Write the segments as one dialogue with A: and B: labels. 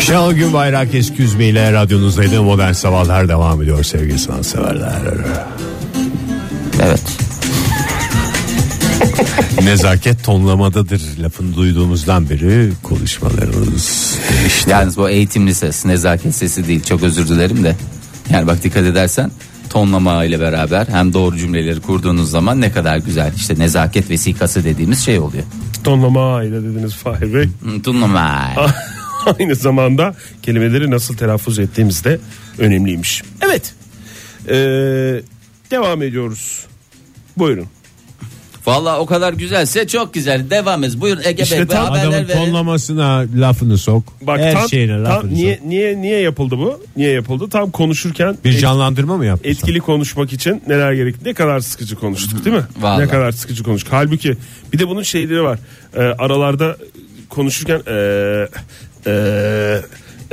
A: Şenol Gün Bayrak Esküzme ile radyonuzdaydı. Modern Sabahlar devam ediyor sevgili sanatseverler.
B: Evet.
A: Nezaket tonlamadadır lafını duyduğumuzdan beri konuşmalarımız.
B: Yalnız bu eğitimli ses, nezaket sesi değil. Çok özür dilerim de. Yani bak dikkat edersen tonlama ile beraber hem doğru cümleleri kurduğunuz zaman ne kadar güzel işte nezaket vesikası dediğimiz şey oluyor.
C: Tonlama aile dediniz Fahir Bey.
B: Hı, Tonlama.
C: Aynı zamanda kelimeleri nasıl telaffuz ettiğimiz de önemliymiş. Evet. Ee, devam ediyoruz. Buyurun.
B: Valla o kadar güzelse çok güzel. Devam et. Buyurun Ege
C: İşte
B: Bey bu
C: tam
B: haberler
A: Adamın
B: verin.
A: tonlamasına lafını sok.
C: Bak
A: her
C: tam,
A: şeyine
C: tam
A: lafını
C: niye
A: sok.
C: niye niye yapıldı bu? Niye yapıldı? Tam konuşurken
A: Bir
C: et-
A: canlandırma mı yaptın? sen?
C: etkili konuşmak için neler gerek? Ne kadar sıkıcı konuştuk değil mi?
B: Vallahi.
C: Ne kadar sıkıcı konuştuk. Halbuki bir de bunun şeyleri var. Ee, aralarda konuşurken ee, ee,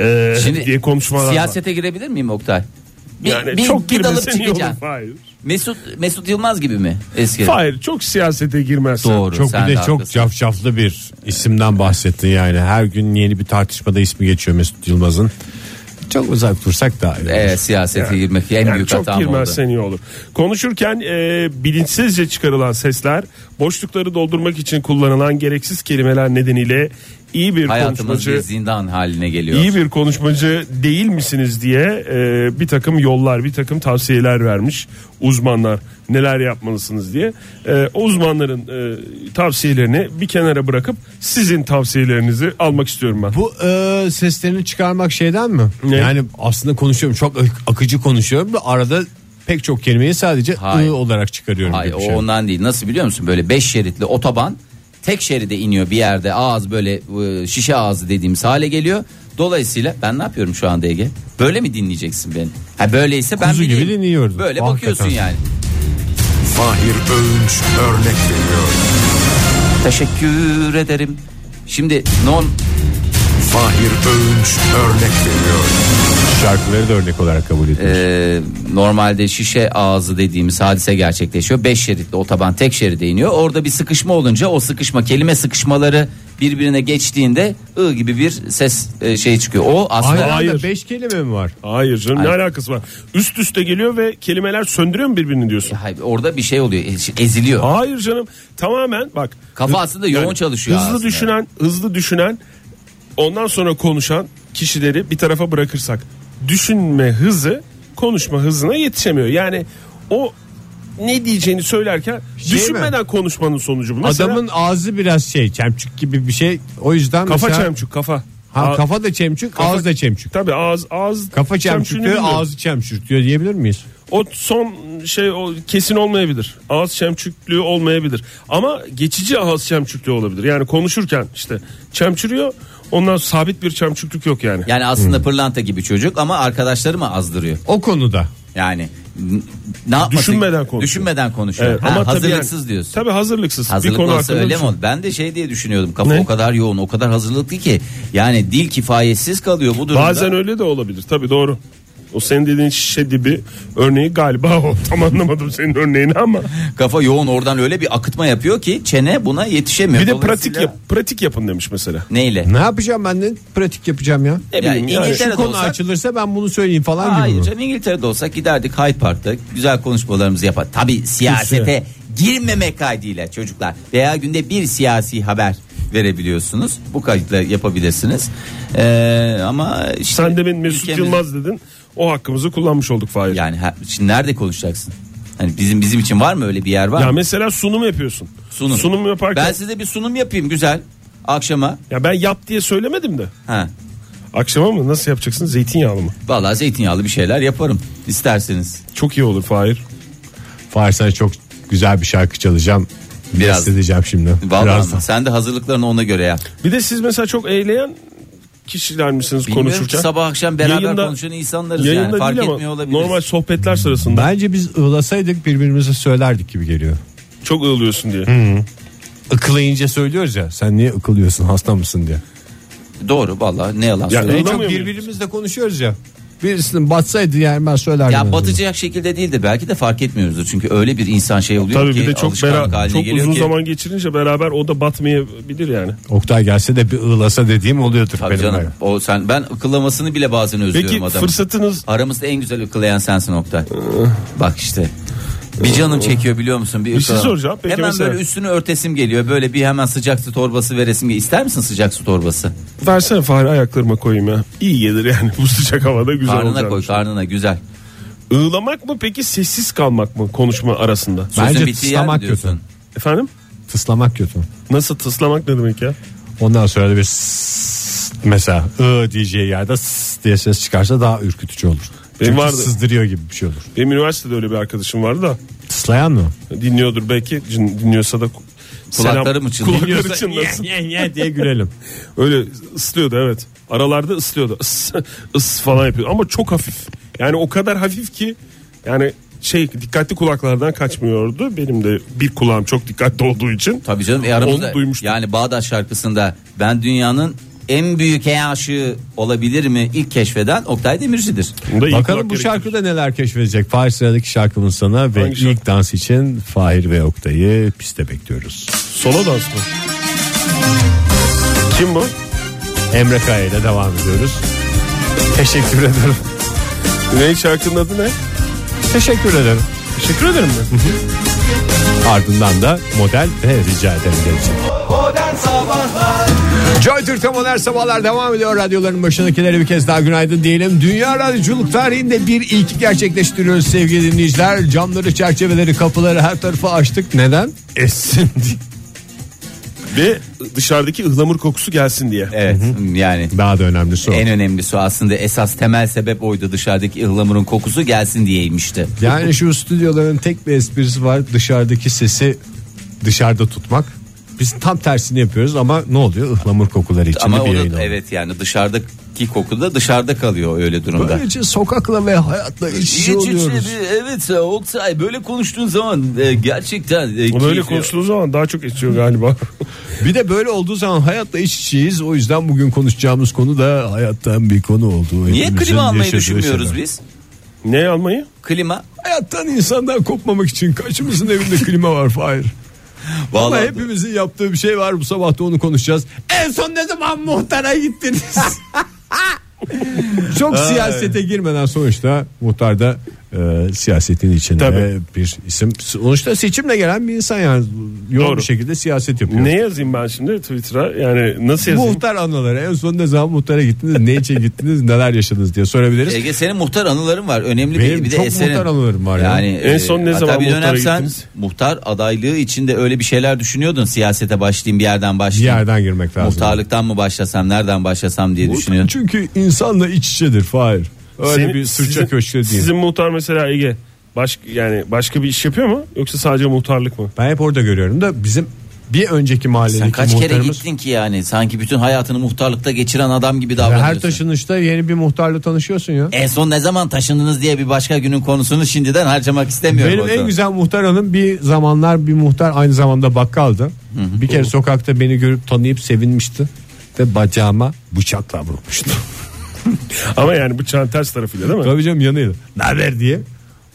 C: ee diye konuşmalar var.
B: siyasete girebilir miyim Oktay? Bir,
C: Yani
B: bir,
C: çok
B: bir dalıp
C: girmesen iyi olur.
B: çıkacaksın.
C: Hayır.
B: Mesut Mesut Yılmaz gibi mi eski?
C: Hayır çok siyasete girmezsen.
B: Doğru.
A: Çok
B: sen
A: bir de
B: de
A: çok
B: haklısın.
A: cafcaflı bir isimden bahsettin yani. Her gün yeni bir tartışmada ismi geçiyor Mesut Yılmaz'ın. Çok uzak dursak daha iyi.
B: Evet siyasete girmek en
C: Yani
B: büyük
C: çok
B: hatam oldu.
C: girmezsen iyi olur. Konuşurken e, bilinçsizce çıkarılan sesler boşlukları doldurmak için kullanılan gereksiz kelimeler nedeniyle iyi bir
B: Hayatımız bir
C: konuşmacı
B: zindan haline geliyor.
C: iyi bir konuşmacı değil misiniz diye e, bir takım yollar bir takım tavsiyeler vermiş uzmanlar neler yapmalısınız diye. E, o uzmanların e, tavsiyelerini bir kenara bırakıp sizin tavsiyelerinizi almak istiyorum ben.
A: Bu e, seslerini çıkarmak şeyden mi?
C: Ne?
A: Yani aslında konuşuyorum çok ak- akıcı konuşuyorum ve arada pek çok kelimeyi sadece
B: Hayır.
A: ı olarak çıkarıyorum.
B: Hayır
A: gibi bir şey.
B: o ondan değil. Nasıl biliyor musun? Böyle beş şeritli otoban tek şeride iniyor bir yerde ağız böyle e, şişe ağzı dediğimiz hale geliyor. Dolayısıyla ben ne yapıyorum şu anda Ege? Böyle mi dinleyeceksin beni? Ha böyleyse ben
A: Kuzu gibi
B: bileyim.
A: dinliyordun.
B: Böyle
A: Hakikaten.
B: bakıyorsun yani.
D: Fahir Öğünç örnek veriyor.
B: Teşekkür ederim. Şimdi non
D: Fahir Öğünç örnek veriyor.
A: Şarkıları da örnek olarak kabul ediyorum.
C: Ee,
B: e, normalde şişe ağzı dediğimiz hadise gerçekleşiyor. Beş şeritli otoban tek şeride iniyor. Orada bir sıkışma olunca o sıkışma kelime sıkışmaları birbirine geçtiğinde ı gibi bir ses e, şey çıkıyor. O aslında
A: Aynı
C: Hayır.
A: anda 5 kelime mi var?
C: Hayır canım ne alakası var? Üst üste geliyor ve kelimeler söndürüyor mu birbirini diyorsun?
B: Hayır, orada bir şey oluyor ez- eziliyor.
C: Hayır canım tamamen bak.
B: Kafa
C: hı-
B: aslında yoğun çalışıyor
C: Hızlı
B: aslında.
C: düşünen, hızlı düşünen, ondan sonra konuşan kişileri bir tarafa bırakırsak düşünme hızı konuşma hızına yetişemiyor. Yani o ne diyeceğini söylerken
A: Şey
C: düşünmeden konuşmanın sonucu bu. Mesela
A: Adamın ağzı biraz şey çemçük gibi bir şey. O yüzden
C: kafa
A: mesela,
C: çemçük kafa.
A: Ha,
C: Aa-
A: kafa da çemçük, ağız da çemçük.
C: Tabii ağız ağız
A: Kafa çemçürtüyor,
C: bilmiyorum.
A: ağzı çemçürtüyor diyebilir miyiz?
C: O son şey o kesin olmayabilir. Ağız çemçüklüğü olmayabilir. Ama geçici ağız çemçüklüğü olabilir. Yani konuşurken işte çemçürüyor. Ondan sabit bir çemçüklük yok yani.
B: Yani
C: Hmm.
B: aslında pırlanta gibi çocuk ama arkadaşları mı azdırıyor?
A: O konuda.
B: Yani n- ne yapması?
C: Düşünmeden konuşuyor.
B: Düşünmeden konuşuyor.
C: Evet,
B: Ha, hazırlıksız
C: yani-
B: diyorsun.
C: Tabii hazırlıksız.
B: Hazırlık olsa
C: hakkında
B: öyle mi?
C: düşün-
B: olur? Ben de şey diye düşünüyordum. Kafa
C: Ne?
B: o kadar yoğun, o kadar hazırlıklı ki yani dil kifayetsiz kalıyor bu durumda.
C: Bazen öyle de olabilir. Tabii doğru. O senin dediğin şişe gibi örneği galiba o. Tam anlamadım senin örneğini ama.
B: kafa yoğun oradan öyle bir akıtma yapıyor ki çene buna yetişemiyor.
C: Bir de
B: Dolayısıyla-
C: pratik yap, pratik yapın demiş mesela.
B: Neyle?
A: Ne yapacağım ben de pratik yapacağım ya.
B: Ne bileyim yani.
A: Şu
B: İngiltere'de
A: konu
B: olsak-
A: açılırsa ben bunu söyleyeyim falan gibi
B: Hayır
A: mi?
B: canım İngiltere'de olsak giderdik Hyde Park'ta güzel konuşmalarımızı yapar. Tabi siyasete girmemek kaydıyla çocuklar veya günde bir siyasi haber verebiliyorsunuz. Bu kayıtla yapabilirsiniz. Ee, ama işte
C: Sen demin Mesut
B: ülkemiz-
C: Yılmaz dedin. O hakkımızı kullanmış olduk Fahir.
B: yani ha- şimdi nerede konuşacaksın? Hani bizim bizim için var mı öyle bir yer var
C: Ya
B: mı?
C: mesela sunum yapıyorsun.
B: Sunum.
C: yaparken
B: Ben size bir sunum yapayım güzel akşama.
C: ya ben yap diye söylemedim de.
B: Ha.
C: Akşama mı nasıl yapacaksın zeytinyağlı mı?
B: Vallahi zeytinyağlı bir şeyler yaparım isterseniz.
C: Çok iyi olur Fahir.
A: Fahir sana çok güzel bir şarkı çalacağım.
B: Biraz.
A: Biraz edeceğim şimdi.
B: Vallahi
A: Birazdan.
B: ama sen de hazırlıklarını ona göre yap.
C: Bir de siz mesela çok eğleyen kişiler misiniz
B: Bilmiyorum
C: konuşurken?
B: ki sabah akşam beraber
C: Yayında-
B: konuşan insanlarız
C: yayında
B: yani fark
C: değil ama
B: etmiyor olabilir.
C: Normal sohbetler sırasında
A: Bence biz ığlasaydık birbirimize söylerdik gibi geliyor.
C: çok ığlıyorsun diye.
A: Ikılayınca söylüyoruz ya. Sen niye ıkılıyorsun hasta mısın diye.
B: Doğru valla ne yalan
C: Ya
B: söylüyorum.
A: En çok
C: Anlamıyor muyuz?
A: birbirimizle konuşuyoruz ya.
E: birisinin batsaydı yani ben
C: e-
E: söylerdim.
B: Ya
E: en azından.
B: batacak şekilde değildir belki de fark etmiyoruzdur. Çünkü öyle bir insan şey oluyor
C: Tabii
B: ki
C: bir de çok
B: alışkanlık
C: bera-
B: haline
C: çok
B: geliyor
C: uzun
B: ki.
C: zaman geçirince beraber o da batmayabilir yani.
A: Oktay gelse de bir ığlasa dediğim oluyordur
B: Tabii
A: benim.
B: canım. O sen ben akıllamasını bile bazen özlüyorum
C: Peki
B: adamın.
C: fırsatınız
B: Aramızda en güzel akıllayan sensin Oktay. Bak işte. Bir canım çekiyor biliyor musun? Bir,
C: şey
B: ıkılamam.
C: soracağım. Peki
B: hemen
C: mesela-
B: böyle üstünü örtesim geliyor. Böyle bir hemen sıcak su torbası veresim geliyor. İster misin sıcak su torbası?
C: versene fare ayaklarıma koyayım ya. İyi gelir yani bu sıcak havada güzel
B: karnına
C: olacağını
B: koy karnına güzel.
C: Iğlamak mı peki sessiz kalmak mı konuşma arasında?
B: Sözün
A: Bence
B: bittiği yer mi
A: tıslamak
B: diyorsun?
A: kötü.
C: Efendim?
A: Tıslamak kötü.
C: Nasıl tıslamak ne demek ya?
A: Ondan sonra da bir sss mesela ı diyeceği yerde sss diye ses çıkarsa daha ürkütücü olur.
C: Benim
A: Çünkü
C: vardı.
A: sızdırıyor gibi bir şey olur.
C: Benim üniversitede öyle bir arkadaşım vardı da
A: Tıslayan mı?
C: dinliyordur belki cin- dinliyorsa da ku-
B: Kulakları
C: selam-
B: mı çınlıyor?
C: Kulakları çınlasın.
A: diye gülelim.
C: Öyle ıslıyordu evet. Aralarda ıslıyordu. Is, ıs falan yapıyordu ama çok hafif. Yani o kadar hafif ki yani şey dikkatli kulaklardan kaçmıyordu. Benim de bir kulağım çok dikkatli olduğu için.
B: Tabii canım e aramızda
C: Onu duymuştum.
B: yani Bağdat şarkısında ben dünyanın en büyük hey aşığı olabilir mi ilk keşfeden Oktay Demirci'dir.
C: Bunu da iyi
A: Bakalım
C: kulak
A: bu
C: gerektirir.
A: şarkıda neler keşfedecek. Fahir sıradaki şarkımız sana ve
C: Hangi şarkı?
A: ilk dans için Fahir ve Oktay'ı piste bekliyoruz.
C: Solo dans mı? Kim bu?
A: Emre Kaya ile devam ediyoruz. Teşekkür ederim.
C: Ne şarkının adı ne?
A: Teşekkür ederim.
C: Teşekkür ederim ben.
A: Ardından da model ve rica ederim gelecek. Joy Türk'te modern sabahlar devam ediyor. Radyoların başındakilere bir kez daha günaydın diyelim. Dünya radyoculuk tarihinde bir ilki gerçekleştiriyoruz sevgili dinleyiciler. Camları, çerçeveleri, kapıları her tarafa açtık. Neden? Essin diye.
C: Ve dışarıdaki ıhlamur kokusu gelsin diye.
B: Evet yani
A: Daha da önemlisi o.
B: en önemlisi o aslında esas temel sebep oydu dışarıdaki ıhlamurun kokusu gelsin diyeymişti.
A: Yani şu stüdyoların tek bir esprisi var. Dışarıdaki sesi dışarıda tutmak. Biz tam tersini yapıyoruz ama ne oluyor? Ihlamur kokuları içinde
B: Ama
A: bir
B: o
A: yayın
B: da,
A: oluyor.
B: evet yani dışarıdaki koku da dışarıda kalıyor öyle durumda.
A: Böylece sokakla ve hayatla iç içe şey oluyoruz.
B: evet Oktay böyle konuştuğun zaman e, gerçekten
C: Böyle konuştuğu zaman daha çok içiyor galiba.
A: Bir de böyle olduğu zaman hayatla iç içeyiz. O yüzden bugün konuşacağımız konu da hayattan bir konu oldu.
B: Niye
A: Hepimizin
B: klima almayı
A: yaşadığı
B: düşünmüyoruz
A: şeyler.
B: biz?
C: ne almayı?
B: Klima.
A: Hayattan insandan kopmamak için kaçımızın evinde klima var Fahir. Ama
B: Vallahi
A: hepimizin yaptığı bir şey var bu sabah da onu konuşacağız. En son ne zaman muhtara gittiniz? Çok siyasete girmeden sonuçta muhtar da e, siyasetin içinde
C: Tabii.
A: bir isim. Sonuçta seçimle gelen bir insan yani yoğun
C: Doğru.
A: bir şekilde siyaset yapıyor.
C: Ne yazayım ben şimdi Twitter'a? Yani nasıl yazayım?
A: Muhtar anıları en son ne zaman muhtara gittiniz ne için gittiniz neler yaşadınız diye sorabiliriz.
B: Ege senin muhtar anıların var. Önemli
A: Benim
B: bir, bir de
A: çok
B: eserin. e,
A: muhtar anılarım var ya.
C: En son ne
B: hatta
C: zaman
B: bir dönem
C: muhtara
B: sen
C: gittiniz?
B: Muhtar adaylığı içinde öyle bir şeyler düşünüyordun. Siyasete başlayayım bir yerden
A: bir
B: başlayayım.
A: yerden girmek lazım.
B: Muhtarlıktan mı başlasam nereden başlasam diye düşünüyordun.
A: Çünkü insanla iç içedir Fahir. Öyle
C: Senin-
A: bir sırça
C: sizin-
A: köşkte değil.
C: Sizin muhtar mesela Ege baş, yani başka bir iş yapıyor mu? Yoksa sadece muhtarlık mı?
A: Ben hep orada görüyorum da bizim bir önceki mahalledeki
B: Sen kaç kere
A: muhtarımız
B: gittin ki yani? Sanki bütün hayatını muhtarlıkta geçiren adam gibi
A: Ya
B: davranıyorsun.
A: her taşınışta yeni bir muhtarla tanışıyorsun ya.
B: En son ne zaman taşındınız diye bir başka günün konusunu şimdiden harcamak istemiyorum. o
A: Benim en
B: zaman.
A: güzel muhtar hanım bir zamanlar bir muhtar aynı zamanda bakkaldı. Bir kere sokakta beni görüp tanıyıp sevinmişti ve bacağıma bıçakla vurmuştu.
C: Ama yani bıçağın ters tarafıyla değil mi?
A: Tabii canım yanıyla. Ne haber diye.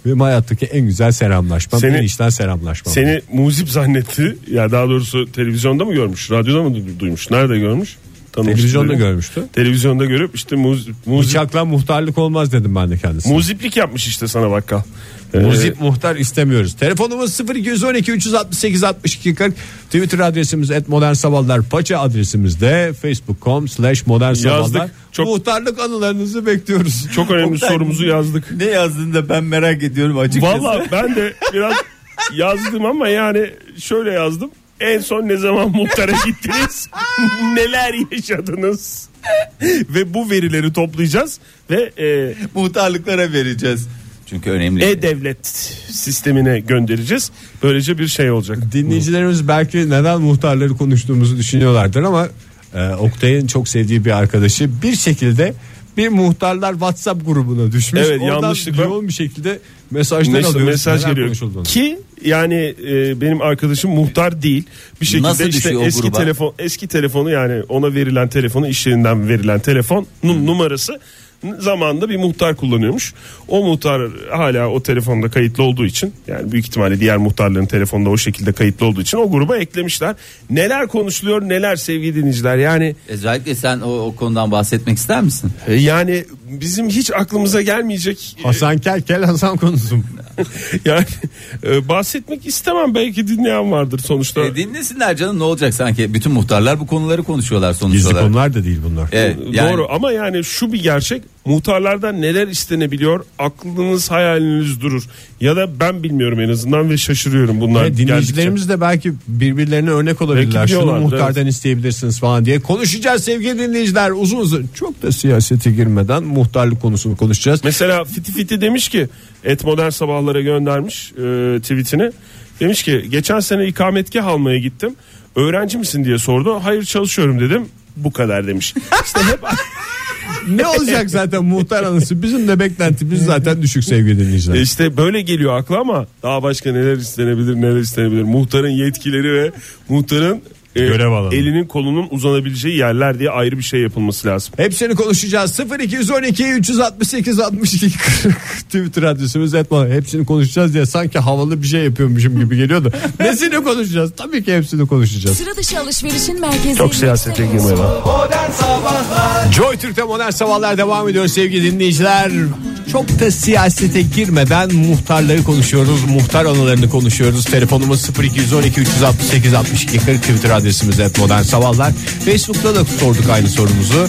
A: Benim hayattaki en güzel selamlaşmam.
C: Seni-
A: en içten selamlaşmam.
C: Seni muzip zannetti. Ya daha doğrusu televizyonda mı görmüş? Radyoda mı du- duymuş? Nerede görmüş? Tanımış
A: Televizyonda
C: dedi.
A: görmüştü.
C: Televizyonda görüp işte muz, muzip,
A: Bıçakla muhtarlık olmaz dedim ben de kendisine.
C: muziplik yapmış işte sana bakkal. Ee,
A: Muzip muhtar istemiyoruz. Telefonumuz 0212 368 62 40. Twitter adresimiz et modern sabahlar. Paça adresimiz de facebook.com slash modern sabahlar.
C: Yazdık. Çok-
A: Muhtarlık anılarınızı bekliyoruz.
C: çok önemli
B: Oktay-
C: sorumuzu yazdık.
B: Ne yazdığını da ben merak ediyorum açıkçası.
C: Valla ben de biraz yazdım ama yani şöyle yazdım. En son ne zaman muhtara gittiniz? Neler yaşadınız? ve bu verileri toplayacağız ve e,
B: muhtarlıklara vereceğiz. Çünkü önemli.
C: e-devlet sistemine göndereceğiz. Böylece bir şey olacak.
A: Dinleyicilerimiz belki neden muhtarları konuştuğumuzu düşünüyorlardır ama e, Oktay'ın çok sevdiği bir arkadaşı bir şekilde bir muhtarlar WhatsApp grubuna düşmüş.
C: Evet,
A: Oradan
C: yanlışlıkla-
A: yoğun bir şekilde mesajlar
C: Mes-
A: alıyoruz.
C: mesaj
A: Neler
C: geliyor
A: konuşulduğunu.
C: ki yani e, benim arkadaşım muhtar değil bir şekilde
B: Nasıl
C: işte
B: düşüyor o
C: eski
B: gruba? Hmm.
C: telefon eski telefonu yani ona verilen telefonu iş yerinden verilen telefonun numarası zamanında bir muhtar kullanıyormuş. O muhtar hala o telefonda kayıtlı olduğu için yani büyük ihtimalle diğer muhtarların telefonda o şekilde kayıtlı olduğu için o gruba eklemişler. Neler konuşuluyor neler sevgili dinleyiciler yani
B: Özellikle sen o, o konudan bahsetmek ister misin?
C: e, yani bizim hiç aklımıza gelmeyecek e,
A: Hasan Kel Kel Hasan konusu mu?
C: yani e, bahsetmek istemem belki dinleyen vardır sonuçta.
B: E, dinlesinler canım ne olacak sanki bütün muhtarlar bu konuları konuşuyorlar sonuç
A: Gizli
B: olarak.
A: konular da değil bunlar.
B: Evet, yani-
C: Doğru ama yani şu bir gerçek muhtarlardan neler istenebiliyor aklınız hayaliniz durur ya da ben bilmiyorum en azından ve şaşırıyorum bunlar
A: Ve dinleyicilerimiz de belki birbirlerine örnek olabilirler.
C: Belki
A: Şunu
C: biliyorlar,
A: muhtardan isteyebilirsiniz falan diye. Konuşacağız sevgili dinleyiciler. Uzun uzun çok da siyasete girmeden muhtarlık konusunu konuşacağız.
C: Mesela Fiti Fiti demiş ki et modern sabahlara göndermiş e, tweetini. Demiş ki geçen sene ikametgah almaya gittim. Öğrenci misin diye sordu. Hayır çalışıyorum dedim. Bu kadar demiş. İşte hep
A: ne olacak zaten muhtar anısı? Bizim de beklentimiz zaten düşük sevgili dinleyiciler.
C: E işte böyle geliyor akla ama daha başka neler istenebilir neler istenebilir. Muhtarın yetkileri ve muhtarın e,
A: Görev alanı.
C: elinin kolunun uzanabileceği yerler diye ayrı bir şey yapılması lazım.
A: Hepsini konuşacağız. 0212 368 62 40 Twitter adresimiz etma. Hepsini konuşacağız diye sanki havalı bir şey yapıyormuşum gibi geliyordu. Nesini konuşacağız? Tabii ki hepsini konuşacağız.
F: Sıra dışı alışverişin merkezi.
C: Çok siyasete girmeyelim.
A: Joy Türk'te modern sabahlar devam ediyor sevgili dinleyiciler. Çok da siyasete girmeden muhtarları konuşuyoruz. Muhtar anılarını konuşuyoruz. Telefonumuz 0212 368 62 40 Twitter adresimiz et modern sabahlar. Facebook'ta da sorduk aynı sorumuzu.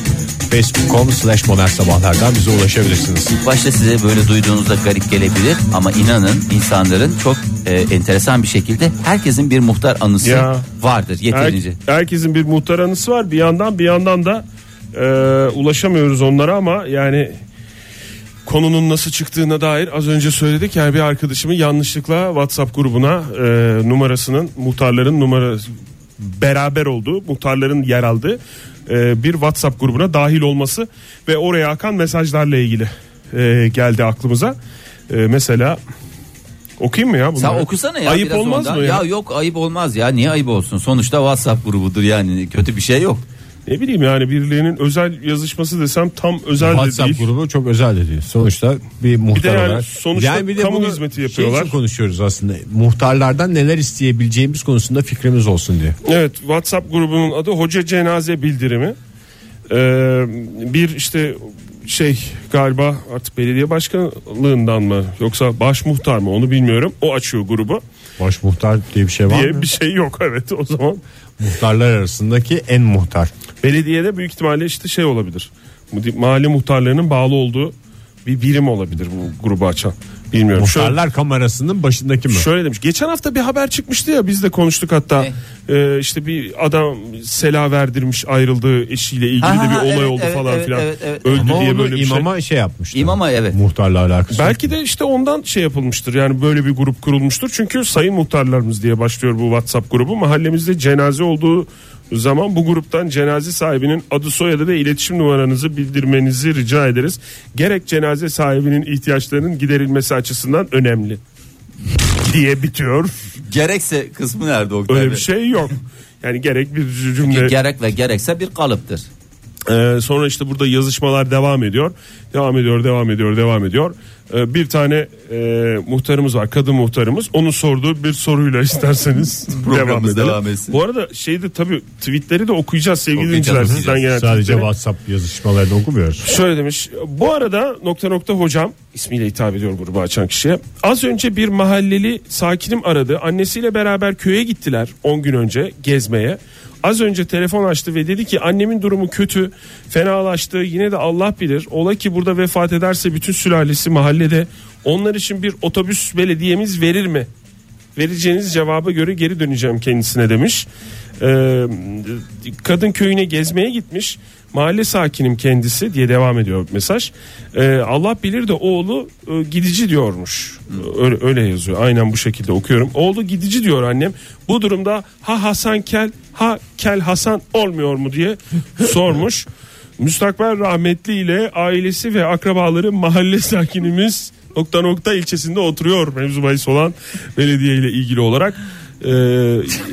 A: Facebook.com slash modern sabahlardan bize ulaşabilirsiniz.
B: İlk başta size böyle duyduğunuzda garip gelebilir ama inanın insanların çok e, enteresan bir şekilde herkesin bir muhtar anısı
C: Ya.
B: vardır yeterince.
C: Her- herkesin bir muhtar anısı var. Bir yandan bir yandan da e, ulaşamıyoruz onlara ama yani konunun nasıl çıktığına dair az önce söyledik. Yani bir arkadaşımın yanlışlıkla WhatsApp grubuna e, numarasının muhtarların numarası beraber olduğu muhtarların yer aldığı e, bir WhatsApp grubuna dahil olması ve oraya akan mesajlarla ilgili e, geldi aklımıza. E, mesela okuyayım mı ya bunları?
B: Sen okusana ya
C: Ayıp
B: biraz
C: olmaz
B: ondan.
C: mı ya?
B: Ya yok ayıp olmaz ya niye ayıp olsun sonuçta WhatsApp grubudur yani kötü bir şey yok.
C: Ne bileyim yani birilerinin özel yazışması desem tam özel de
A: WhatsApp
C: değil.
A: grubu çok özel de değil. Sonuçta bir muhtar
C: Bir de yani
A: olarak.
C: sonuçta kamu hizmeti
A: şey
C: yapıyorlar.
A: için konuşuyoruz aslında. Muhtarlardan neler isteyebileceğimiz konusunda fikrimiz olsun diye.
C: Evet WhatsApp grubunun adı Hoca Cenaze Bildirimi. Ee, bir işte şey galiba artık belediye başkanlığından mı yoksa baş muhtar mı onu bilmiyorum. O açıyor grubu
A: Baş muhtar diye bir şey var
C: diye
A: mı?
C: bir şey yok evet o zaman.
A: Muhtarlar arasındaki en muhtar.
C: Belediyede büyük ihtimalle işte şey olabilir. Bu Mahalle muhtarlarının bağlı olduğu bir birim olabilir bu grubu açan. Bilmiyorum. Şöyle-
A: Muhtarlar kamerasının başındaki mi?
C: Şöyle demiş. Geçen hafta bir haber çıkmıştı ya biz de konuştuk hatta. Ee, işte bir adam sela verdirmiş ayrıldığı eşiyle ilgili
B: Aha,
C: de bir olay
B: evet,
C: oldu
B: evet,
C: falan
B: evet,
C: filan.
B: evet, evet.
C: Öldü
A: Ama
C: diye
A: onu
C: böyle bir şey.
A: imama şey, yapmışlar.
B: İmama evet.
A: Muhtarla alakası. yok.
C: Belki de işte ondan şey yapılmıştır. Yani böyle bir grup kurulmuştur. Çünkü sayın muhtarlarımız diye başlıyor bu WhatsApp grubu. Mahallemizde cenaze olduğu zaman bu gruptan cenaze sahibinin adı soyadı ve iletişim numaranızı bildirmenizi rica ederiz. Gerek cenaze sahibinin ihtiyaçlarının giderilmesi açısından önemli diye bitiyor.
B: Gerekse kısmı nerede Oktay
C: Öyle
B: Bey?
C: bir şey yok. Yani gerek bir cümle.
B: Gerek ve gerekse bir kalıptır.
C: Ee, sonra işte burada yazışmalar devam ediyor. Devam ediyor, devam ediyor, devam ediyor. Ee, bir tane e, muhtarımız var, kadın muhtarımız. Onun sorduğu bir soruyla isterseniz devam
B: Programımız
C: edelim.
B: devam etsin.
C: Bu arada şeyde tabii tweetleri de okuyacağız sevgili
B: Okuyacağız,
C: dinleyiciler sizden
B: okuyacağız.
C: gelen
A: Sadece
C: tweetleri.
A: WhatsApp yazışmalarını okumuyoruz.
C: Şöyle demiş. Bu arada nokta nokta hocam ismiyle hitap ediyor grubu açan kişiye. Az önce bir mahalleli sakinim aradı. Annesiyle beraber köye gittiler 10 gün önce gezmeye. Az önce telefon açtı ve dedi ki annemin durumu kötü, fenalaştı. Yine de Allah bilir. Ola ki burada vefat ederse bütün sülalesi mahallede onlar için bir otobüs belediyemiz verir mi? Vereceğiniz cevaba göre geri döneceğim kendisine demiş. Ee, kadın köyüne gezmeye gitmiş. Mahalle sakinim kendisi diye devam ediyor mesaj. Ee, Allah bilir de oğlu e, gidici diyormuş. Öyle, öyle yazıyor. Aynen bu şekilde okuyorum. Oğlu gidici diyor annem. Bu durumda ha Hasan Kel ha Kel Hasan olmuyor mu diye sormuş. Müstakbel rahmetli ile ailesi ve akrabaları mahalle sakinimiz nokta nokta ilçesinde oturuyor mevzu bahis olan belediye ile ilgili olarak. Ee,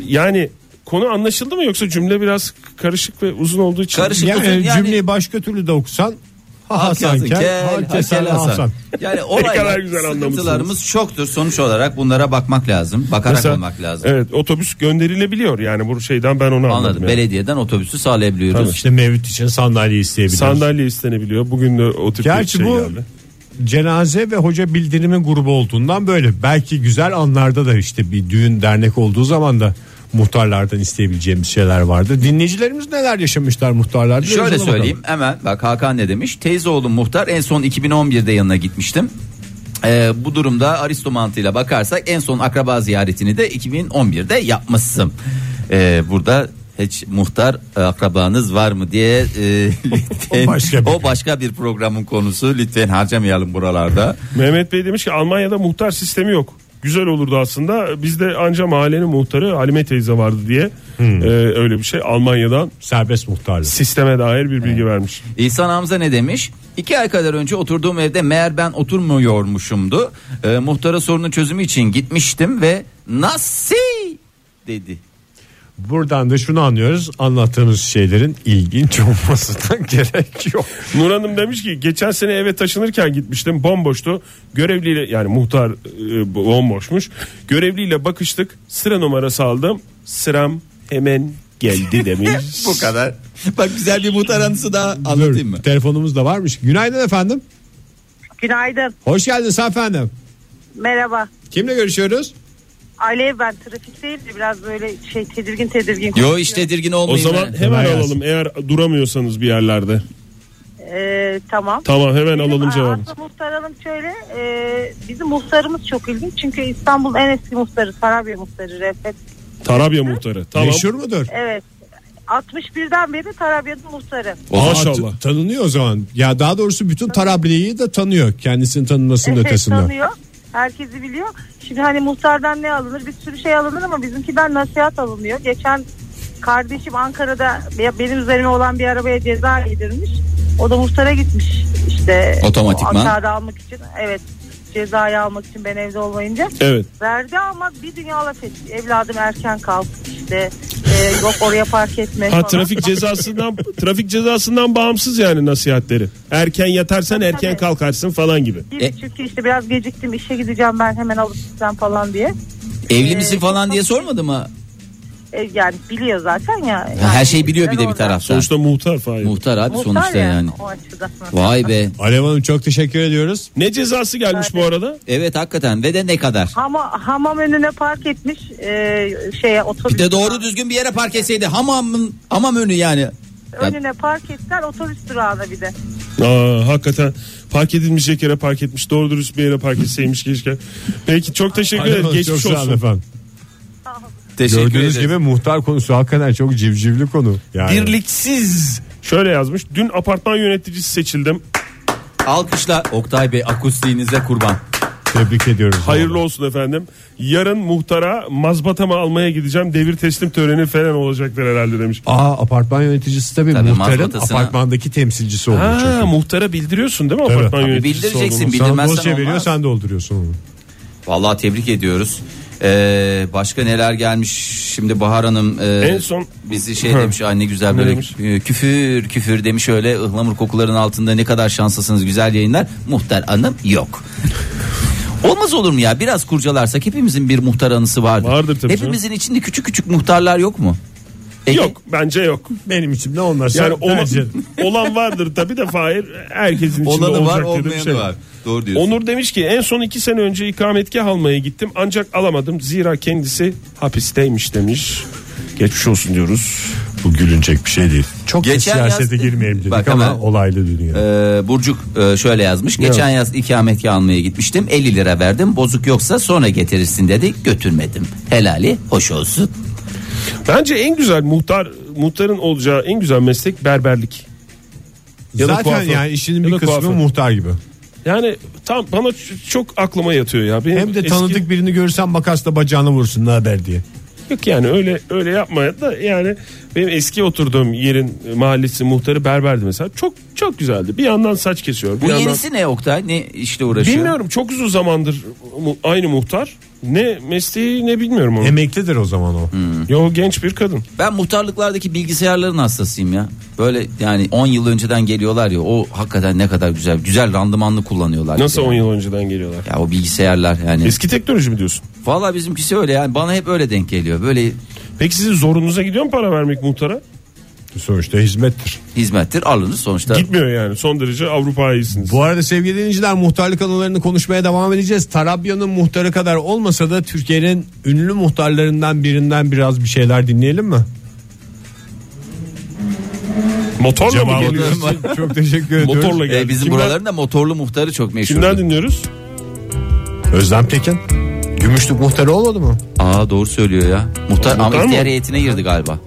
C: yani konu anlaşıldı mı yoksa cümle biraz karışık ve uzun olduğu için
B: Karışık.
A: Yani,
B: Yani-
A: cümleyi başka türlü de okusan
B: Hasan
A: Hasan Kel,
B: Kel,
A: Hasan
B: Hasan Hasan.
A: Hasan.
B: Yani
C: kadar
B: olaylar,
C: güzel
B: sıkıntılarımız
C: anlamışsınız.
B: çoktur. Sonuç olarak bunlara bakmak lazım. Bakarak
C: Mesela,
B: olmak lazım.
C: Evet otobüs gönderilebiliyor yani bu şeyden ben onu anladım.
B: Anladım.
C: yani.
B: Belediyeden otobüsü sağlayabiliyoruz.
A: İşte mevlüt için sandalye isteyebiliriz.
C: Sandalye istenebiliyor. Bugün de o tip bir
A: Gerçi
C: şey
A: bu
C: geldi.
A: cenaze ve hoca bildirimin grubu olduğundan böyle. Belki güzel anlarda da işte bir düğün dernek olduğu zaman da muhtarlardan isteyebileceğimiz şeyler vardı. Dinleyicilerimiz neler yaşamışlar muhtarlarda? Biraz ona
B: Şöyle
A: bakalım.
B: söyleyeyim hemen bak Hakan ne demiş teyze oğlum muhtar en son 2011'de yanına gitmiştim. Ee, bu durumda Aristo mantığıyla bakarsak en son akraba ziyaretini de 2011'de yapmışsın. Ee, burada hiç muhtar e, akrabanız var mı diye e, lütfen, o,
A: başka
B: başka
A: bir-
B: bir. programın konusu lütfen harcamayalım buralarda.
C: Mehmet Bey demiş ki Almanya'da muhtar sistemi yok. Güzel olurdu aslında. Bizde anca mahallenin muhtarı Halime teyze vardı diye
A: Hmm.
C: e, öyle bir şey. Almanya'dan
A: Serbest muhtarlık.
C: sisteme dair bir bilgi vermiş.
B: İhsan Hamza ne demiş? İki ay kadar önce oturduğum evde meğer ben oturmuyormuşumdu. Ee, muhtara sorunun çözümü için gitmiştim ve nasıl dedi.
A: Buradan da şunu anlıyoruz. Anlattığınız şeylerin ilginç olmasına gerek yok.
C: Nur Hanım demiş ki geçen sene eve taşınırken gitmiştim bomboştu. Görevliyle yani muhtar e, bomboşmuş. Görevliyle bakıştık sıra numarası aldım. Sıram hemen geldi demiş.
B: Bu kadar. Bak güzel bir muhtar anısı daha
A: Dur,
B: anlatayım mı?
A: Telefonumuz da varmış. Günaydın efendim.
F: Günaydın.
A: Hoş geldiniz efendim.
F: Merhaba.
A: Kimle görüşüyoruz?
F: Alev ben trafikteyim de biraz böyle şey tedirgin tedirgin.
B: Yo hiç tedirgin
C: O
B: olmayın.
C: zaman
B: ha.
C: hemen
A: Kolay
C: alalım eğer duramıyorsanız bir yerlerde.
F: Ee, tamam.
C: Tamam hemen alalım
F: Aa,
C: cevabı.
F: Aslında muhtar hanım şöyle e, bizim muhtarımız çok ilginç çünkü İstanbul'un en eski muhtarı Sarabya muhtarı Refet.
C: Tarabya muhtarı. Tamam.
A: Meşhur mudur?
F: Evet 61'den beri Tarabya'nın muhtarı.
C: Maşallah.
A: Aa, t- Tanınıyor o zaman. Ya daha doğrusu bütün Tarabya'yı da tanıyor. Kendisini tanınmasının
F: Evet,
A: ötesinden.
F: tanıyor. Herkesi biliyor. Şimdi hani muhtardan ne alınır? Bir sürü şey alınır ama bizimkiden nasihat alınıyor. Geçen kardeşim Ankara'da be- benim üzerime olan bir arabaya ceza yedirmiş. O da muhtara gitmiş işte.
B: Otomatikman.
F: o Kağıdı almak için. Evet cezayı almak için ben evde olmayınca.
C: Evet.
F: Verdi ama bir dünya laf etti. Evladım erken kalk işte. e, yok oraya park etme
C: Ha
F: falan.
C: trafik cezasından trafik cezasından bağımsız yani nasihatleri. Erken yatarsan erken
F: tabii.
C: kalkarsın falan gibi.
F: Gibi Çünkü işte biraz geciktim işe gideceğim ben hemen alıp gideceğim falan diye.
B: Evli misin
F: Ee,
B: falan
F: çok-
B: diye sormadı mı?
F: E, yani biliyor zaten ya. Yani
B: Her şeyi biliyor bir de
F: bizden
B: bir
F: oradan.
B: taraftan.
C: Sonuçta muhtar falan.
B: muhtar abi
F: Muhtar
B: sonuçta
F: ya,
B: yani.
F: o açıdan.
B: Vay be.
A: Alev Hanım çok teşekkür ediyoruz.
C: Ne cezası gelmiş bu arada?
B: Evet hakikaten ve de ne kadar.
F: Hama, hamam önüne park etmiş e, şeye otobüs.
B: Bir de doğru düzgün bir yere park etseydi hamamın hamam önü yani. Ya,
F: Önüne park ettiler otobüs durağına bir de.
C: Aa, hakikaten park edilmeyecek yere park etmiş. Doğru dürüst bir yere park etseymiş keşke. Peki çok teşekkür
A: Alev
C: ederim.
A: Hanım çok
C: Geçmiş
A: sağ olun
C: olsun.
A: efendim.
B: teşekkür
A: Gördüğünüz
B: ederim.
A: gibi muhtar konusu hakikaten çok civcivli konu. Yani.
C: Birliksiz. Şöyle yazmış. Dün apartman yöneticisi seçildim.
B: Alkışla Oktay Bey akustiğinize kurban.
A: Tebrik ediyoruz.
C: Hayırlı olsun efendim. Yarın muhtara mazbatamı almaya gideceğim. Devir teslim töreni falan olacaktır herhalde demiş.
A: Aa apartman yöneticisi tabii,
B: Tabii,
A: muhtarın
B: mazbatasına-
A: apartmandaki temsilcisi oluyor.
C: Ha,
A: çünkü.
C: muhtara bildiriyorsun değil mi
A: Tabii.
C: apartman
A: Tabii
C: yöneticisi
B: bildireceksin,
C: olduğunu?
B: bil-
A: Sana
B: Bildirmezsen
A: dosya veriyor
B: olmaz.
A: sen de dolduruyorsun onu.
B: Vallahi tebrik ediyoruz. Ee, başka neler gelmiş şimdi Bahar Hanım e,
C: En son-
B: bizi şey demiş anne güzel böyle
C: demiş?
B: e, küfür küfür demiş öyle ıhlamur kokuların altında ne kadar şanslısınız güzel yayınlar muhtar hanım yok. Olmaz olur mu ya biraz kurcalarsak hepimizin bir muhtar anısı vardır.
C: Vardır tabii canım.
B: Hepimizin içinde küçük küçük muhtarlar yok mu? Ege-
C: Yok bence yok.
A: Benim için ne onlar
C: Yani olan, olan vardır tabi de Fahir herkesin içinde
B: Olanı var
C: olacak diye de bir
B: olmayanı
C: şey.
B: var. Doğru diyorsun.
C: Onur demiş ki en son iki sene önce ikametgah almaya gittim ancak alamadım zira kendisi hapisteymiş demiş. Geçmiş olsun diyoruz.
A: Bu gülünecek bir şey değil. Çok da
B: Geçen yaz-
A: siyasete girmeyelim dedik
B: Bak
A: ama
B: hemen-
A: olaylı dünya.
B: Ee, Burcuk e, şöyle yazmış. Geçen yaz ikametgah almaya gitmiştim. 50 lira verdim. Bozuk yoksa sonra getirirsin dedi. Götürmedim. Helali hoş olsun.
C: Bence en güzel muhtar muhtarın olacağı en güzel meslek berberlik. ya da
A: Zaten
C: kuaför.
A: yani işinin
C: Ya
A: bir
C: da
A: kısmı
C: kuaför.
A: muhtar gibi.
C: Yani tam bana ç- çok aklıma yatıyor ya. Benim
A: Hem de
C: eski-
A: tanıdık birini görürsen makasla bacağına vursun ne haber diye.
C: Yok yani öyle öyle yapmaya da yani benim eski oturduğum yerin e, mahallesi muhtarı berberdi mesela. Çok çok güzeldi. Bir yandan saç kesiyor. Bir
B: Bu
C: yandan...
B: yenisi ne Oktay? Ne işle uğraşıyor?
C: Bilmiyorum çok uzun zamandır mu- aynı muhtar. Ne mesleği ne bilmiyorum onu.
A: Emeklidir o zaman o.
C: Yo genç bir kadın.
B: Ben muhtarlıklardaki bilgisayarların hastasıyım ya. Böyle yani 10 yıl önceden geliyorlar ya. O hakikaten ne kadar güzel. Güzel randımanlı kullanıyorlar.
C: Nasıl
B: Ya.
C: 10 yıl önceden geliyorlar?
B: Ya o bilgisayarlar yani.
C: Eski teknoloji mi diyorsun?
B: Valla bizimkisi öyle yani. Bana hep öyle denk geliyor. Böyle
C: Peki sizin zorunuza gidiyor mu para vermek muhtara?
A: Sonuçta hizmettir.
B: hizmettir alınır sonuçta.
C: Gitmiyor yani. Son derece Avrupa iyisiniz.
A: Bu arada sevgili dinleyiciler muhtarlık anılarını konuşmaya devam edeceğiz. Tarabya'nın muhtarı kadar olmasa da Türkiye'nin ünlü muhtarlarından birinden biraz bir şeyler dinleyelim mi?
C: Motorla mı
A: Cevabı
C: geliyor?
A: için Çok teşekkür ediyoruz.
C: Motorla
B: Ee,
C: geldi.
B: bizim
C: Kimden-
B: buraların da motorlu muhtarı çok meşhur.
C: Kimden dinliyoruz?
A: Özlem Tekin. Gümüşlük muhtarı olmadı mı?
B: Aa doğru söylüyor ya. Muhtar, ama
C: muhtar mı?
B: ihtiyar heyetine girdi galiba.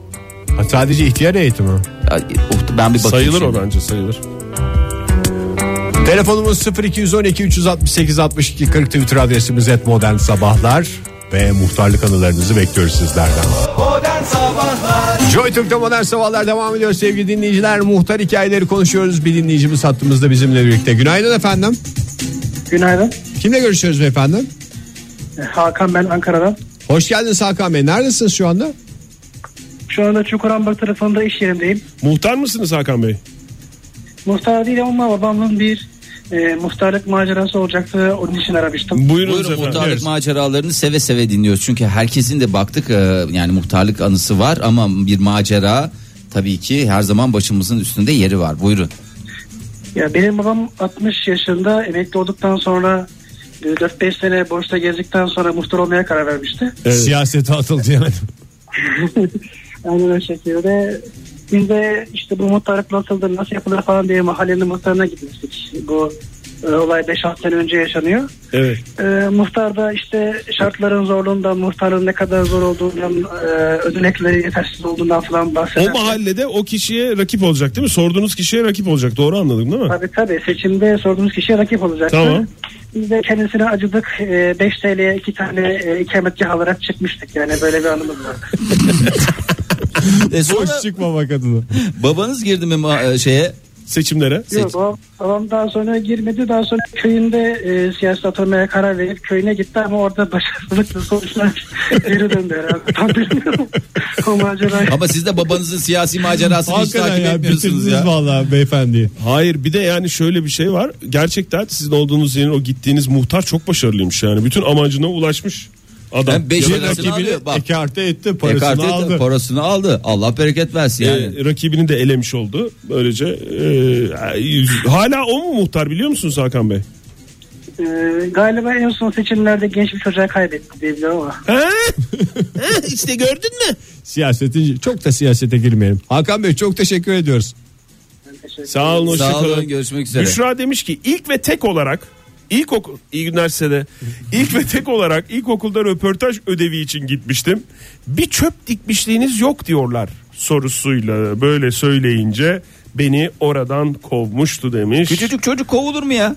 A: Ha, sadece ihtiyar eğitimi.
B: Ya, uh, ben bir bakayım
C: Sayılır
B: şimdi.
C: o bence sayılır.
A: Telefonumuz 0212 368 62 40 Twitter adresimiz et modern sabahlar ve muhtarlık anılarınızı bekliyoruz sizlerden. Joy Türk'te modern sabahlar devam ediyor sevgili dinleyiciler. Muhtar hikayeleri konuşuyoruz. Bir dinleyicimiz hattımızda bizimle birlikte. Günaydın efendim.
G: Günaydın.
A: Kimle görüşüyoruz beyefendi?
G: Hakan ben Ankara'dan.
A: Hoş geldiniz Hakan Bey. Neredesiniz şu anda?
G: Şu anda Çukurambar tarafında iş yerimdeyim.
C: Muhtar mısınız Hakan Bey?
G: Muhtar değil ama babamın bir e, muhtarlık macerası olacaktı. Onun için aramıştım.
C: Buyurunuz
B: Buyurun
C: efendim.
B: muhtarlık
C: Evet.
B: maceralarını seve seve dinliyoruz. Çünkü herkesin de baktık e, yani muhtarlık anısı var ama bir macera tabii ki her zaman başımızın üstünde yeri var. Buyurun.
G: Ya benim babam 60 yaşında emekli olduktan sonra e, 4-5 sene borçta gezdikten sonra muhtar olmaya karar vermişti.
A: Siyasete atıl diyemedim.
G: Aynen o şekilde biz de işte bu muhtarlık nasıldır, nasıl yapılır falan diye mahallenin muhtarına gitmiştik. Bu e, olay 5-6 sene önce yaşanıyor.
C: Evet.
G: Ee, muhtar da işte şartların zorluğundan, muhtarın ne kadar zor olduğundan, e, ödenekleri yetersiz olduğundan falan
C: O
G: bahseder.
C: mahallede o kişiye rakip olacak değil mi? Sorduğunuz kişiye rakip olacak. Doğru anladım değil mi?
G: Tabii tabii seçimde sorduğunuz kişiye rakip olacaktı.
C: Tamam.
G: Biz de kendisine acıdık. Ee, 5 TL'ye 2 tane e, ikametgah alarak çıkmıştık. Yani böyle bir anımız var.
B: E, sonra
A: Boş çıkmamak adına.
B: babanız girdi mi ma- e, şeye?
C: Seçimlere.
G: Yok babam- babam daha sonra girmedi. Daha sonra köyünde e, siyaset atılmaya karar verip köyüne gitti ama orada başarısızlıkla sonuçlar geri döndü herhalde. Tam bilmiyorum. o macerayı.
B: Ama siz de babanızın siyasi macerasını hiç
A: Hakikaten
B: takip
A: ya
B: etmiyorsunuz
A: bitirdiniz
B: ya. E,
A: vallahi beyefendi.
C: Hayır bir de yani şöyle bir şey var. Gerçekten sizin olduğunuz yerin o gittiğiniz muhtar çok başarılıymış yani. Bütün amacına ulaşmış adam.
B: Hem beş
C: Ya da
B: lirasını
C: rakibi-
B: alıyor.
A: Bak.
B: Bak.
A: Ekarte etti parasını
B: Ekarte etti,
A: aldı.
B: parasını aldı. Allah bereket versin
C: e,
B: yani.
C: rakibini de elemiş oldu. Böylece e, hala o mu muhtar biliyor musunuz Hakan Bey?
G: Ee, galiba en son seçimlerde genç bir çocuğa kaybetti diyebilirim ama.
B: işte gördün mü?
A: Siyasetin çok da siyasete girmeyelim. Hakan Bey çok teşekkür ediyoruz.
C: Sağ olun.
B: Sağ
C: hoşça kalın.
B: olun görüşmek üzere.
C: Büşra demiş ki ilk ve tek olarak ilkokul iyi günler size de. ilk ve tek olarak ilkokulda röportaj ödevi için gitmiştim. Bir çöp dikmişliğiniz yok diyorlar sorusuyla böyle söyleyince beni oradan kovmuştu demiş.
B: Küçücük çocuk kovulur mu ya?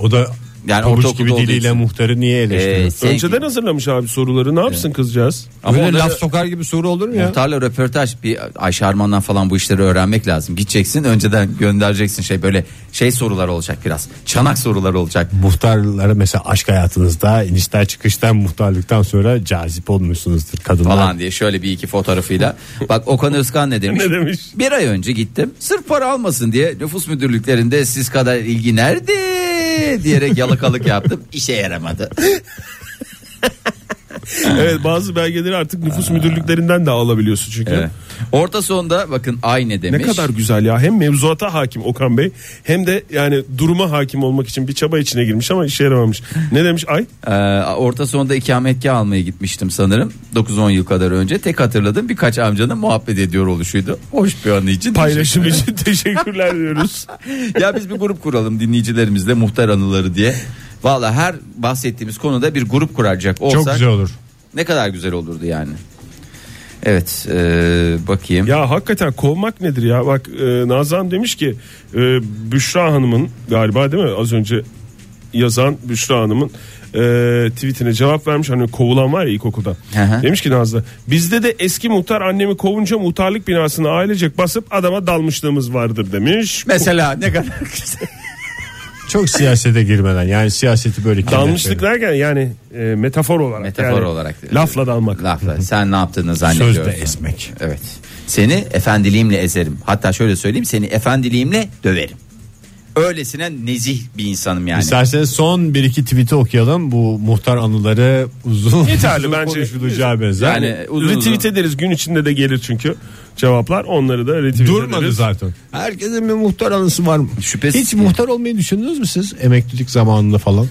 A: O da
B: Yani
A: yani pabuç
B: ortaokulda
A: gibi
B: olduğu
A: diliyle
B: için.
A: muhtarı niye eleştiriyor?
B: Ee, sen-
C: Önceden hazırlamış abi soruları ne yapsın kızcağız?
B: Ama
A: Böyle
B: onları-
A: laf sokar gibi soru olur mu ya?
B: Muhtarla röportaj bir Ayşe Arman'dan falan bu işleri öğrenmek lazım. Gideceksin önceden göndereceksin şey böyle şey sorular olacak biraz. Çanak sorular olacak.
A: Muhtarlara mesela aşk hayatınızda inişler çıkıştan muhtarlıktan sonra cazip olmuşsunuzdur kadınlar.
B: falan diye şöyle bir iki fotoğrafıyla. Bak Okan Özkan ne demiş?
C: Ne demiş?
B: Bir ay önce gittim. Sırf para almasın diye nüfus müdürlüklerinde siz kadar ilgi nerede diyerek yalakalık yaptım. İşe yaramadı.
C: evet bazı belgeleri artık nüfus müdürlüklerinden de alabiliyorsun çünkü.
B: Evet. Orta sonda bakın ay ne
C: Ne
B: demiş?
C: kadar güzel ya hem mevzuata hakim Okan Bey hem de yani duruma hakim olmak için bir çaba içine girmiş ama işe yaramamış. Ne demiş Ay?
B: Ee, orta sonda ikametgah almaya gitmiştim sanırım. 9-10 yıl kadar önce. Tek hatırladığım birkaç amcanın muhabbet ediyor oluşuydu. Hoş bir anı için.
C: paylaşım için teşekkürler diyoruz.
B: ya biz bir grup kuralım dinleyicilerimizle muhtar anıları diye. Valla her bahsettiğimiz konuda bir grup kuracak olsak
A: Çok güzel olur.
B: ne kadar güzel olurdu yani. Evet eee, bakayım.
C: Ya hakikaten kovmak nedir ya? Bak e, Nazan demiş ki e, Büşra Hanım'ın galiba değil mi az önce yazan Büşra Hanım'ın e, tweetine cevap vermiş. Hani kovulan var ya ilkokulda.
B: Hı hı.
C: Demiş ki Nazlı bizde de eski muhtar annemi kovunca muhtarlık binasına ailecek basıp adama dalmışlığımız vardır demiş.
B: Mesela ne kadar güzel.
A: Çok siyasete girmeden yani siyaseti böyle
C: Dalmışlık derken yani e, metafor olarak.
B: Metafor
C: yani
B: olarak.
C: Lafla dalmak.
B: Lafla. Sen ne yaptığını zannediyorsun.
A: Sözde ezmek.
B: Evet. Seni efendiliğimle ezerim. Hatta şöyle söyleyeyim seni efendiliğimle döverim. Öylesine nezih bir insanım yani.
A: İsterseniz son bir iki tweet'i okuyalım. Bu muhtar anıları uzun
C: Yeterli
A: uzun
C: bence.
A: konuşulacağı benzer.
B: Yani e, uzun uzun.
C: retweet ederiz gün içinde de gelir çünkü cevaplar onları da retweet
A: Durmadı
C: ederiz.
A: zaten. Herkesin bir muhtar anısı var mı?
B: Şüphesiz
A: Hiç
B: ki.
A: muhtar olmayı düşündünüz mü siz emeklilik zamanında falan?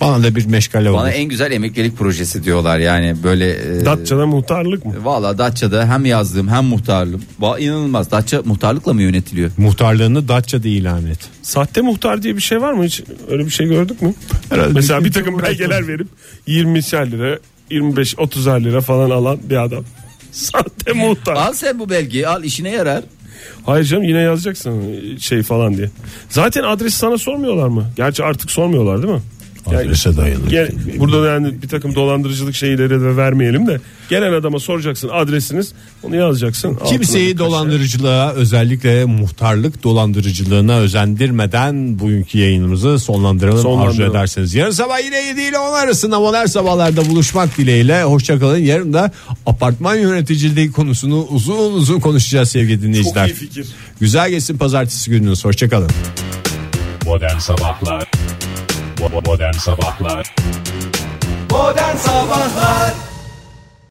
A: Bana da bir meşgale
B: Bana
A: oldu.
B: en güzel emeklilik projesi diyorlar yani böyle.
A: Ee,
B: e,
C: Datça'da muhtarlık mı?
B: Valla Datça'da hem yazdığım hem muhtarlığım. Va- inanılmaz. Datça muhtarlıkla mı yönetiliyor?
A: Muhtarlığını Datça'da ilan et.
C: Sahte muhtar diye bir şey var mı hiç? Öyle bir şey gördük mü?
A: Herhalde
C: Mesela bir
A: kimse
C: takım
A: uğraşmaz.
C: belgeler verip 20'şer lira 25 30'ar lira falan alan bir adam. Sahte muhtar.
B: Al sen bu belgeyi al işine yarar.
C: Hayır canım yine yazacaksın şey falan diye. Zaten adresi sana sormuyorlar mı? Gerçi artık sormuyorlar değil mi?
A: Adrese dayalı.
C: Gel, burada da yani bir takım dolandırıcılık şeyleri de vermeyelim de gelen adama soracaksın adresiniz onu yazacaksın. Altına
A: Kimseyi
C: birkaç şey. yer.
A: dolandırıcılığa özellikle muhtarlık dolandırıcılığına özendirmeden bugünkü yayınımızı sonlandıralım,
C: Sonlandıralım.
A: arzu ederseniz. Yarın sabah yine 7 ile 10 arasında modern sabahlarda buluşmak dileğiyle. Hoşçakalın. Yarın da apartman yöneticiliği konusunu uzun uzun konuşacağız sevgili dinleyiciler.
C: iyi fikir.
A: Güzel geçsin pazartesi gününüz. Hoşçakalın.
H: Modern Sabahlar Bo- bo- Modern Sabahlar
B: Modern Sabahlar